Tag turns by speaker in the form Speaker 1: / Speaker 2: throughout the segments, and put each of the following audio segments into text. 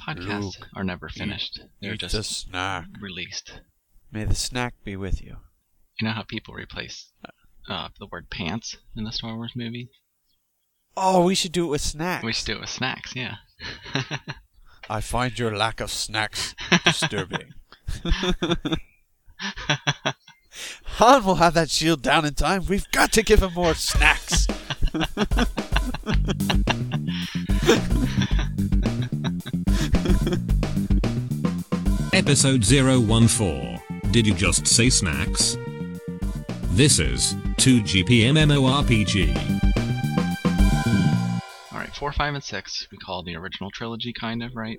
Speaker 1: Podcasts
Speaker 2: Luke,
Speaker 1: are never finished. They're
Speaker 2: Eat
Speaker 1: just
Speaker 2: the snack.
Speaker 1: released.
Speaker 2: May the snack be with you.
Speaker 1: You know how people replace uh, the word pants in the Star Wars movie?
Speaker 2: Oh, we should do it with snacks.
Speaker 1: We should do it with snacks, yeah.
Speaker 2: I find your lack of snacks disturbing. Han will have that shield down in time. We've got to give him more snacks.
Speaker 3: Episode 014. Did you just say snacks? This is 2GPMMORPG.
Speaker 1: All right, four, five, and six we call the original trilogy, kind of, right?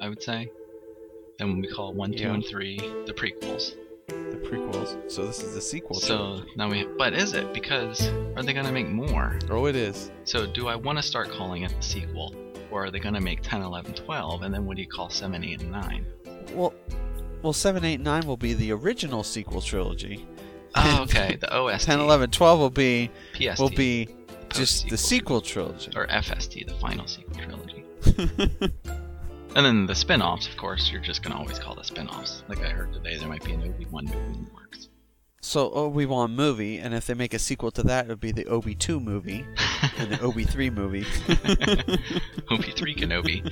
Speaker 1: I would say. Then we call one, two,
Speaker 2: Yeah.
Speaker 1: and three the prequels.
Speaker 2: The prequels. So this is the sequel.
Speaker 1: So now we, but is it because are they gonna make more?
Speaker 2: trilogy. oh, it is.
Speaker 1: So do I want to start calling it the sequel, or are they gonna make 10, 11, 12, and then what do you call seven, eight, and nine?
Speaker 2: Well, well, seven, eight, nine will be the original sequel trilogy.
Speaker 1: Oh, okay, the OST,
Speaker 2: 10, 11, 12 will be
Speaker 1: PST,
Speaker 2: will be just the sequel trilogy.
Speaker 1: or FST, the final sequel trilogy. And then the spin-offs, of course, you're just gonna always call the spin-offs. Like I heard today, there might be an Obi One movie in the works.
Speaker 2: So Obi Wan movie, and if they make a sequel to that, it would be the Obi two movie and the Obi three movie.
Speaker 1: Obi Three Kenobi.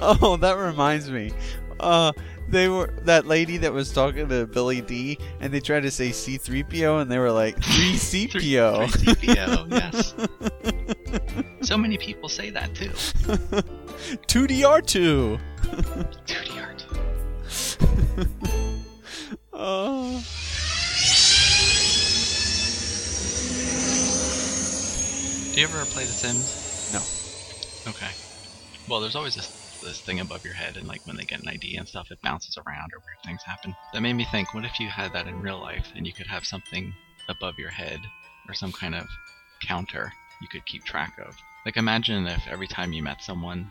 Speaker 2: oh, that reminds me. Uh, they were that lady that was talking to Billy D, and they tried to say C three PO, and they were like three CPO.
Speaker 1: Three CPO. Yes. So many people say that too.
Speaker 2: 2DR2.
Speaker 1: 2D art.
Speaker 2: Oh.
Speaker 1: Do you ever play The Sims?
Speaker 2: No.
Speaker 1: Okay. Well, there's always this this thing above your head, and like when they get an ID and stuff, it bounces around or weird things happen. That made me think: what if you had that in real life, and you could have something above your head or some kind of counter you could keep track of? Like imagine if every time you met someone,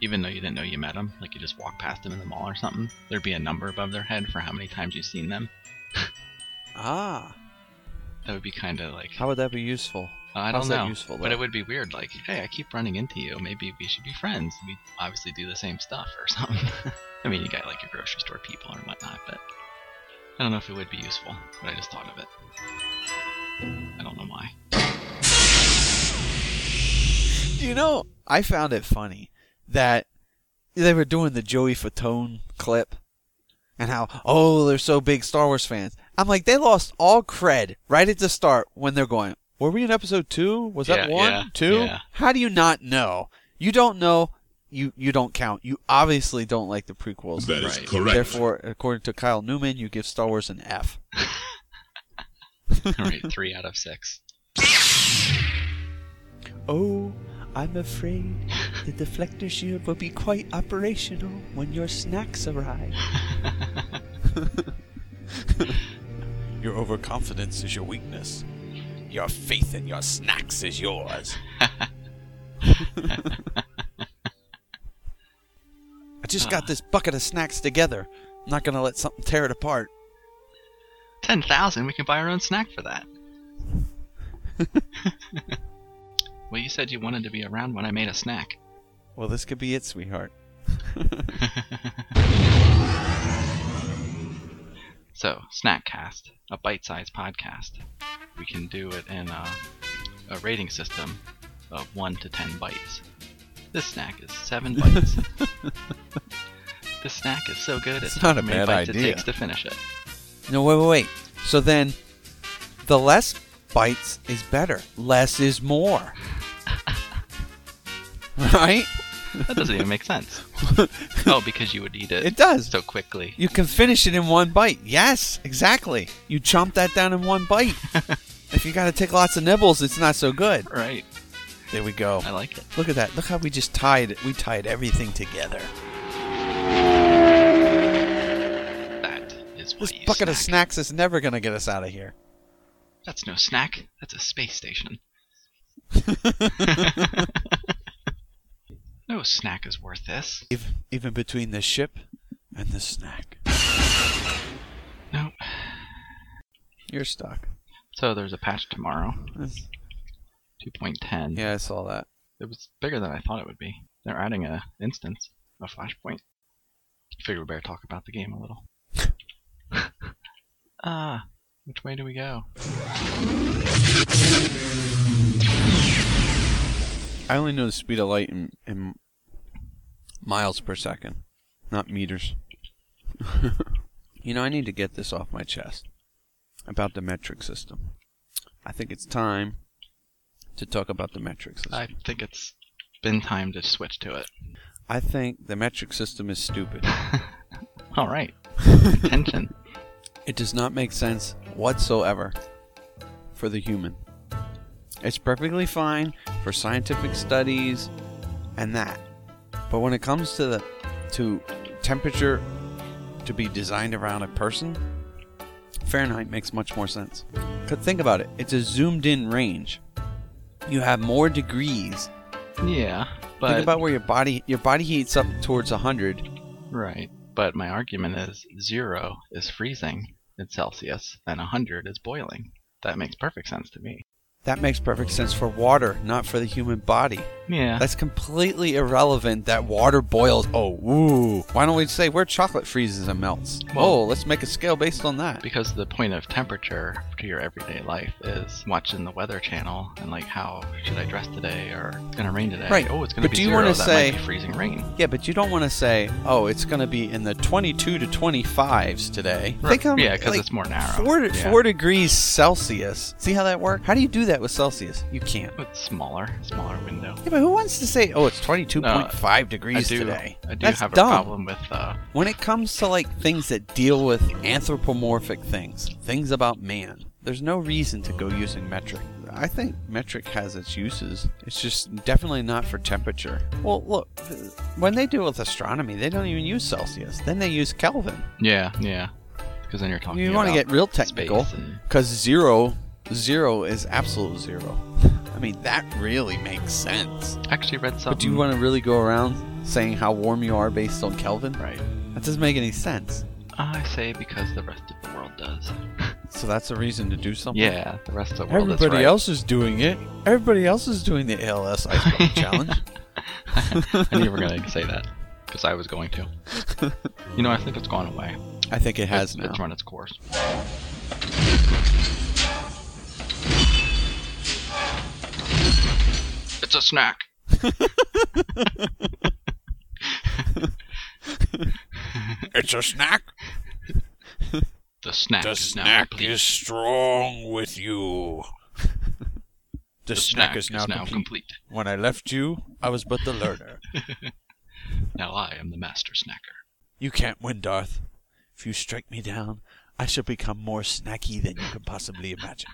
Speaker 1: even though you didn't know you met them, like you just walked past them in the mall or something, there'd be a number above their head for how many times you've seen them.
Speaker 2: Ah.
Speaker 1: That would be kind of like
Speaker 2: How would that be useful?
Speaker 1: I
Speaker 2: How's
Speaker 1: don't
Speaker 2: that
Speaker 1: know,
Speaker 2: useful,
Speaker 1: but
Speaker 2: though?
Speaker 1: it would be weird. Like, hey, I keep running into you. Maybe we should be friends. We obviously do the same stuff or something. I mean, you got like your grocery store people and whatnot, but I don't know if it would be useful. But I just thought of it. I don't know why.
Speaker 2: You know, I found it funny that they were doing the Joey Fatone clip and how, oh, they're so big Star Wars fans. I'm like, they lost all cred right at the start when they're going, were we in episode two? Was that
Speaker 1: Yeah,
Speaker 2: one?
Speaker 1: yeah,
Speaker 2: two?
Speaker 1: yeah.
Speaker 2: How do you not know? You don't know. You, you don't count. You obviously don't like the prequels.
Speaker 4: That is
Speaker 1: Right.
Speaker 4: correct.
Speaker 2: Therefore, according to Kyle Newman, you give Star Wars an F.
Speaker 1: All right, three out of six.
Speaker 2: Oh, I'm afraid the deflector shield will be quite operational when your snacks arrive. your overconfidence is your weakness. Your faith in your snacks is yours. I just got this bucket of snacks together. I'm not gonna let something tear it apart.
Speaker 1: Ten thousand. We can buy our own snack for that. well, you said you wanted to be around when I made a snack.
Speaker 2: Well, this could be it, sweetheart.
Speaker 1: So, Snackcast, a bite-sized podcast. We can do it in a, a rating system of 1 to 10 bites. This snack is 7 bites. this snack is so good,
Speaker 2: It's
Speaker 1: it's
Speaker 2: not a
Speaker 1: how many
Speaker 2: bad
Speaker 1: bites it
Speaker 2: idea.
Speaker 1: takes to finish it.
Speaker 2: No, wait, wait, wait. So then, the less bites is better. Less is more. right?
Speaker 1: That doesn't even make sense. Oh, because you would eat it,
Speaker 2: It does.
Speaker 1: so quickly.
Speaker 2: You can finish it in one bite. Yes, exactly. You chomp that down in one bite. if you got to take lots of nibbles, it's not so good.
Speaker 1: Right,
Speaker 2: There we go.
Speaker 1: I like it.
Speaker 2: Look at that. Look how we just tied we tied everything together.
Speaker 1: That is what
Speaker 2: This
Speaker 1: you
Speaker 2: bucket of
Speaker 1: snack.
Speaker 2: snacks is never going to get us out of here.
Speaker 1: That's no snack, that's a space station. no snack is worth this.
Speaker 2: Ev- Even between the ship and the snack.
Speaker 1: No.
Speaker 2: You're stuck.
Speaker 1: So there's a patch tomorrow, 2.10.
Speaker 2: Yeah, I saw that.
Speaker 1: It was bigger than I thought it would be. They're adding a instance, a flashpoint. Figure we better talk about the game a little. ah, which way do we go?
Speaker 2: I only know the speed of light in, in miles per second, not meters. you know, I need to get this off my chest about the metric system. I think it's time to talk about the metric system.
Speaker 1: I think it's been time to switch to it.
Speaker 2: I think the metric system is stupid.
Speaker 1: All right. Attention.
Speaker 2: It does not make sense whatsoever for the human. It's perfectly fine for scientific studies and that. But when it comes to the to temperature to be designed around a person, Fahrenheit makes much more sense. Cause think about it, it's a zoomed in range. You have more degrees.
Speaker 1: Yeah, but
Speaker 2: think about where your body your body heats up towards 100
Speaker 1: right. But my argument is zero is freezing in Celsius, and hundred is boiling. That makes perfect sense to me.
Speaker 2: That makes perfect sense for water, not for the human body.
Speaker 1: Yeah.
Speaker 2: That's completely irrelevant that water boils. Oh, woo. Why don't we say where chocolate freezes and melts?
Speaker 1: Well-
Speaker 2: oh, let's make a scale based on that.
Speaker 1: because the point of temperature to your everyday life is watching the weather channel and like how should I dress today or it's gonna rain today.
Speaker 2: Right.
Speaker 1: Oh, it's gonna
Speaker 2: But
Speaker 1: be
Speaker 2: do you
Speaker 1: zero.
Speaker 2: wanna
Speaker 1: That
Speaker 2: say-
Speaker 1: might be freezing rain.
Speaker 2: Yeah, but you don't want to say, oh, it's going to be in the 22 to 25s today.
Speaker 1: Right.
Speaker 2: Think how-
Speaker 1: Yeah, 'cause it's more narrow.
Speaker 2: Four,
Speaker 1: Yeah.
Speaker 2: four degrees Celsius. See how that works? How do you do that with Celsius? You can't.
Speaker 1: But smaller, smaller window.
Speaker 2: Yeah, but who wants to say, oh, it's 22.5
Speaker 1: I
Speaker 2: degrees
Speaker 1: do.
Speaker 2: today?
Speaker 1: I do
Speaker 2: That's
Speaker 1: have
Speaker 2: dumb.
Speaker 1: a problem with uh,
Speaker 2: When it comes to like things that deal with anthropomorphic things, things about man, there's no reason to go using metric. I think metric has its uses. It's just definitely not for temperature. Well, look, th- when they deal with astronomy, they don't even use Celsius. Then they use Kelvin.
Speaker 1: yeah, yeah. Because then you're talking.
Speaker 2: you want to
Speaker 1: Oh, about
Speaker 2: get real
Speaker 1: space
Speaker 2: technical
Speaker 1: and-
Speaker 2: because zero, zero is absolute zero. I mean, that really makes sense.
Speaker 1: I actually read something.
Speaker 2: But do you want to really go around saying how warm you are based on Kelvin?
Speaker 1: right?
Speaker 2: That doesn't make any sense.
Speaker 1: I say because the rest of the world does.
Speaker 2: So that's a reason to do something.
Speaker 1: yeah, the rest of the world.
Speaker 2: Everybody
Speaker 1: is Oh, right.
Speaker 2: else is doing it. Everybody else is doing the ALS Iceberg Challenge.
Speaker 1: I knew you were gonna say that because I was going to. You know, I think it's gone away.
Speaker 2: I think it has
Speaker 1: it's,
Speaker 2: now.
Speaker 1: it's run its course. It's a snack.
Speaker 4: It's a snack.
Speaker 1: The snack.
Speaker 4: The
Speaker 1: is now
Speaker 4: snack
Speaker 1: complete.
Speaker 4: is strong with you.
Speaker 1: The snack is now complete.
Speaker 2: When I left you, I was but the learner.
Speaker 1: Now I am the master snacker.
Speaker 2: You can't win, Darth. If you strike me down, I shall become more snacky than you can possibly imagine.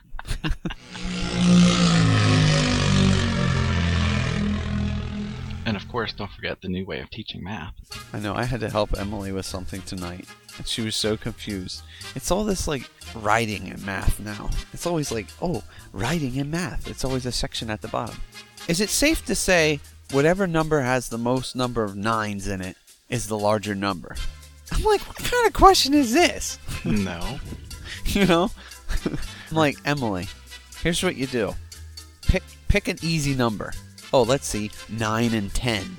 Speaker 1: And of course, don't forget the new way of teaching math.
Speaker 2: I know I had to help Emily with something tonight, and she was so confused. It's all this like writing and math now. It's always like, oh, writing and math. It's always a section at the bottom. Is it safe to say whatever number has the most number of nines in it is the larger number? I'm like, what kind of question is this?
Speaker 1: no.
Speaker 2: you know? I'm like, Emily, here's what you do. Pick pick an easy number. Oh, let's see. Nine and ten.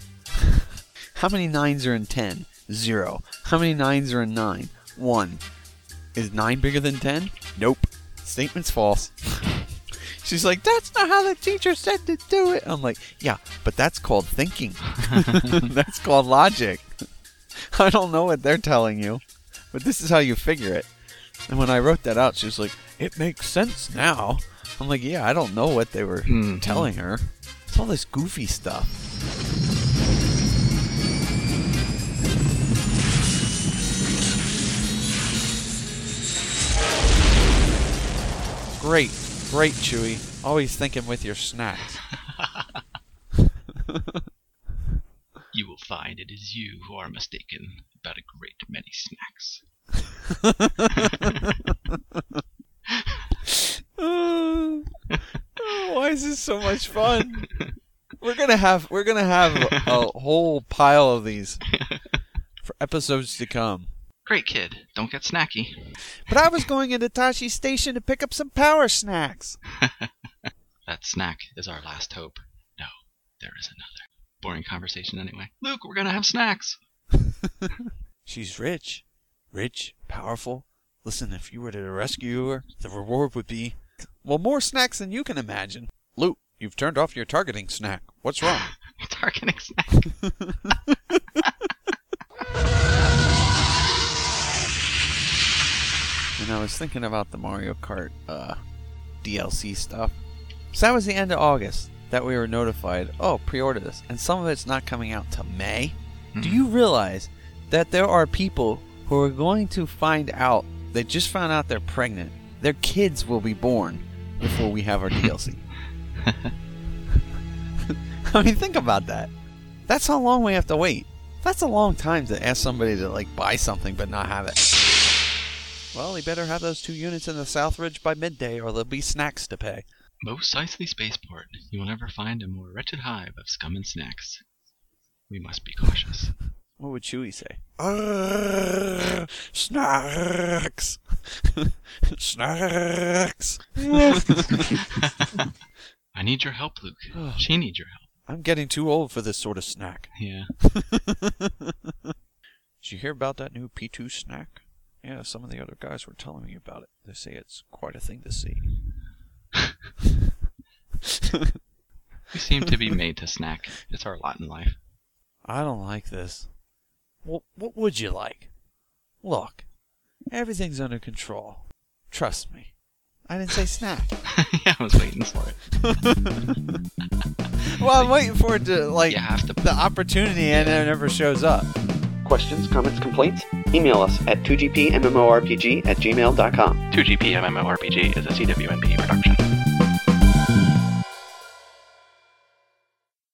Speaker 2: How many nines are in ten? Zero. How many nines are in nine? One. Is nine bigger than ten? Nope. Statement's false. She's like, that's not how the teacher said to do it. I'm like, yeah, but that's called thinking. that's called logic. I don't know what they're telling you, but this is how you figure it. And when I wrote that out, she was like, "It makes sense now." I'm like, "Yeah, I don't know what they were
Speaker 1: Mhm.
Speaker 2: telling her. It's all this goofy stuff." Great, great, Chewy. Always thinking with your snacks.
Speaker 1: You will find it is you who are mistaken about a great many snacks.
Speaker 2: Uh, why is this so much fun? We're gonna have we're gonna have a whole pile of these for episodes to come.
Speaker 1: Great kid, don't get snacky.
Speaker 2: But I was going into Tashi Station to pick up some power snacks.
Speaker 1: That snack is our last hope. No, There is another. Boring conversation anyway. Luke, we're gonna have snacks.
Speaker 2: She's rich, rich, powerful. Listen, if you were to rescue her, the reward would be well more snacks than you can imagine. Luke, you've turned off your targeting snack. What's wrong?
Speaker 1: Targeting snack.
Speaker 2: and I was thinking about the Mario Kart uh, DLC stuff. So that was the end of August that we were notified. Oh, pre-order this, and some of it's not coming out till May. Do you realize that there are people who are going to find out? They just found out they're pregnant. Their kids will be born before we have our DLC. I mean, think about that. That's how long we have to wait. That's a long time to ask somebody to like buy something but not have it. Well, they better have those two units in the Southridge by midday, or there'll be snacks to pay.
Speaker 1: Most Eisley Spaceport. You will never find a more wretched hive of scum and snacks. We must be cautious.
Speaker 2: What would Chewie say?
Speaker 4: Uh, snacks. snacks.
Speaker 1: I need your help, Luke. She needs your help.
Speaker 2: I'm getting too old for this sort of snack.
Speaker 1: Yeah.
Speaker 2: Did you hear about that new P2 snack? Yeah, some of the other guys were telling me about it. They say it's quite a thing to see.
Speaker 1: We seem to be made to snack. It's our lot in life.
Speaker 2: I don't like this. Well, what would you like? Look, everything's under control. Trust me. I didn't say snack.
Speaker 1: yeah, I was waiting for it.
Speaker 2: well, I'm waiting for it to, like,
Speaker 1: You have to.
Speaker 2: the opportunity and it never shows up.
Speaker 5: Questions, comments, complaints? Email us at 2gpmmorpg at gmail.com.
Speaker 1: 2GP MMORPG is a CWNP production.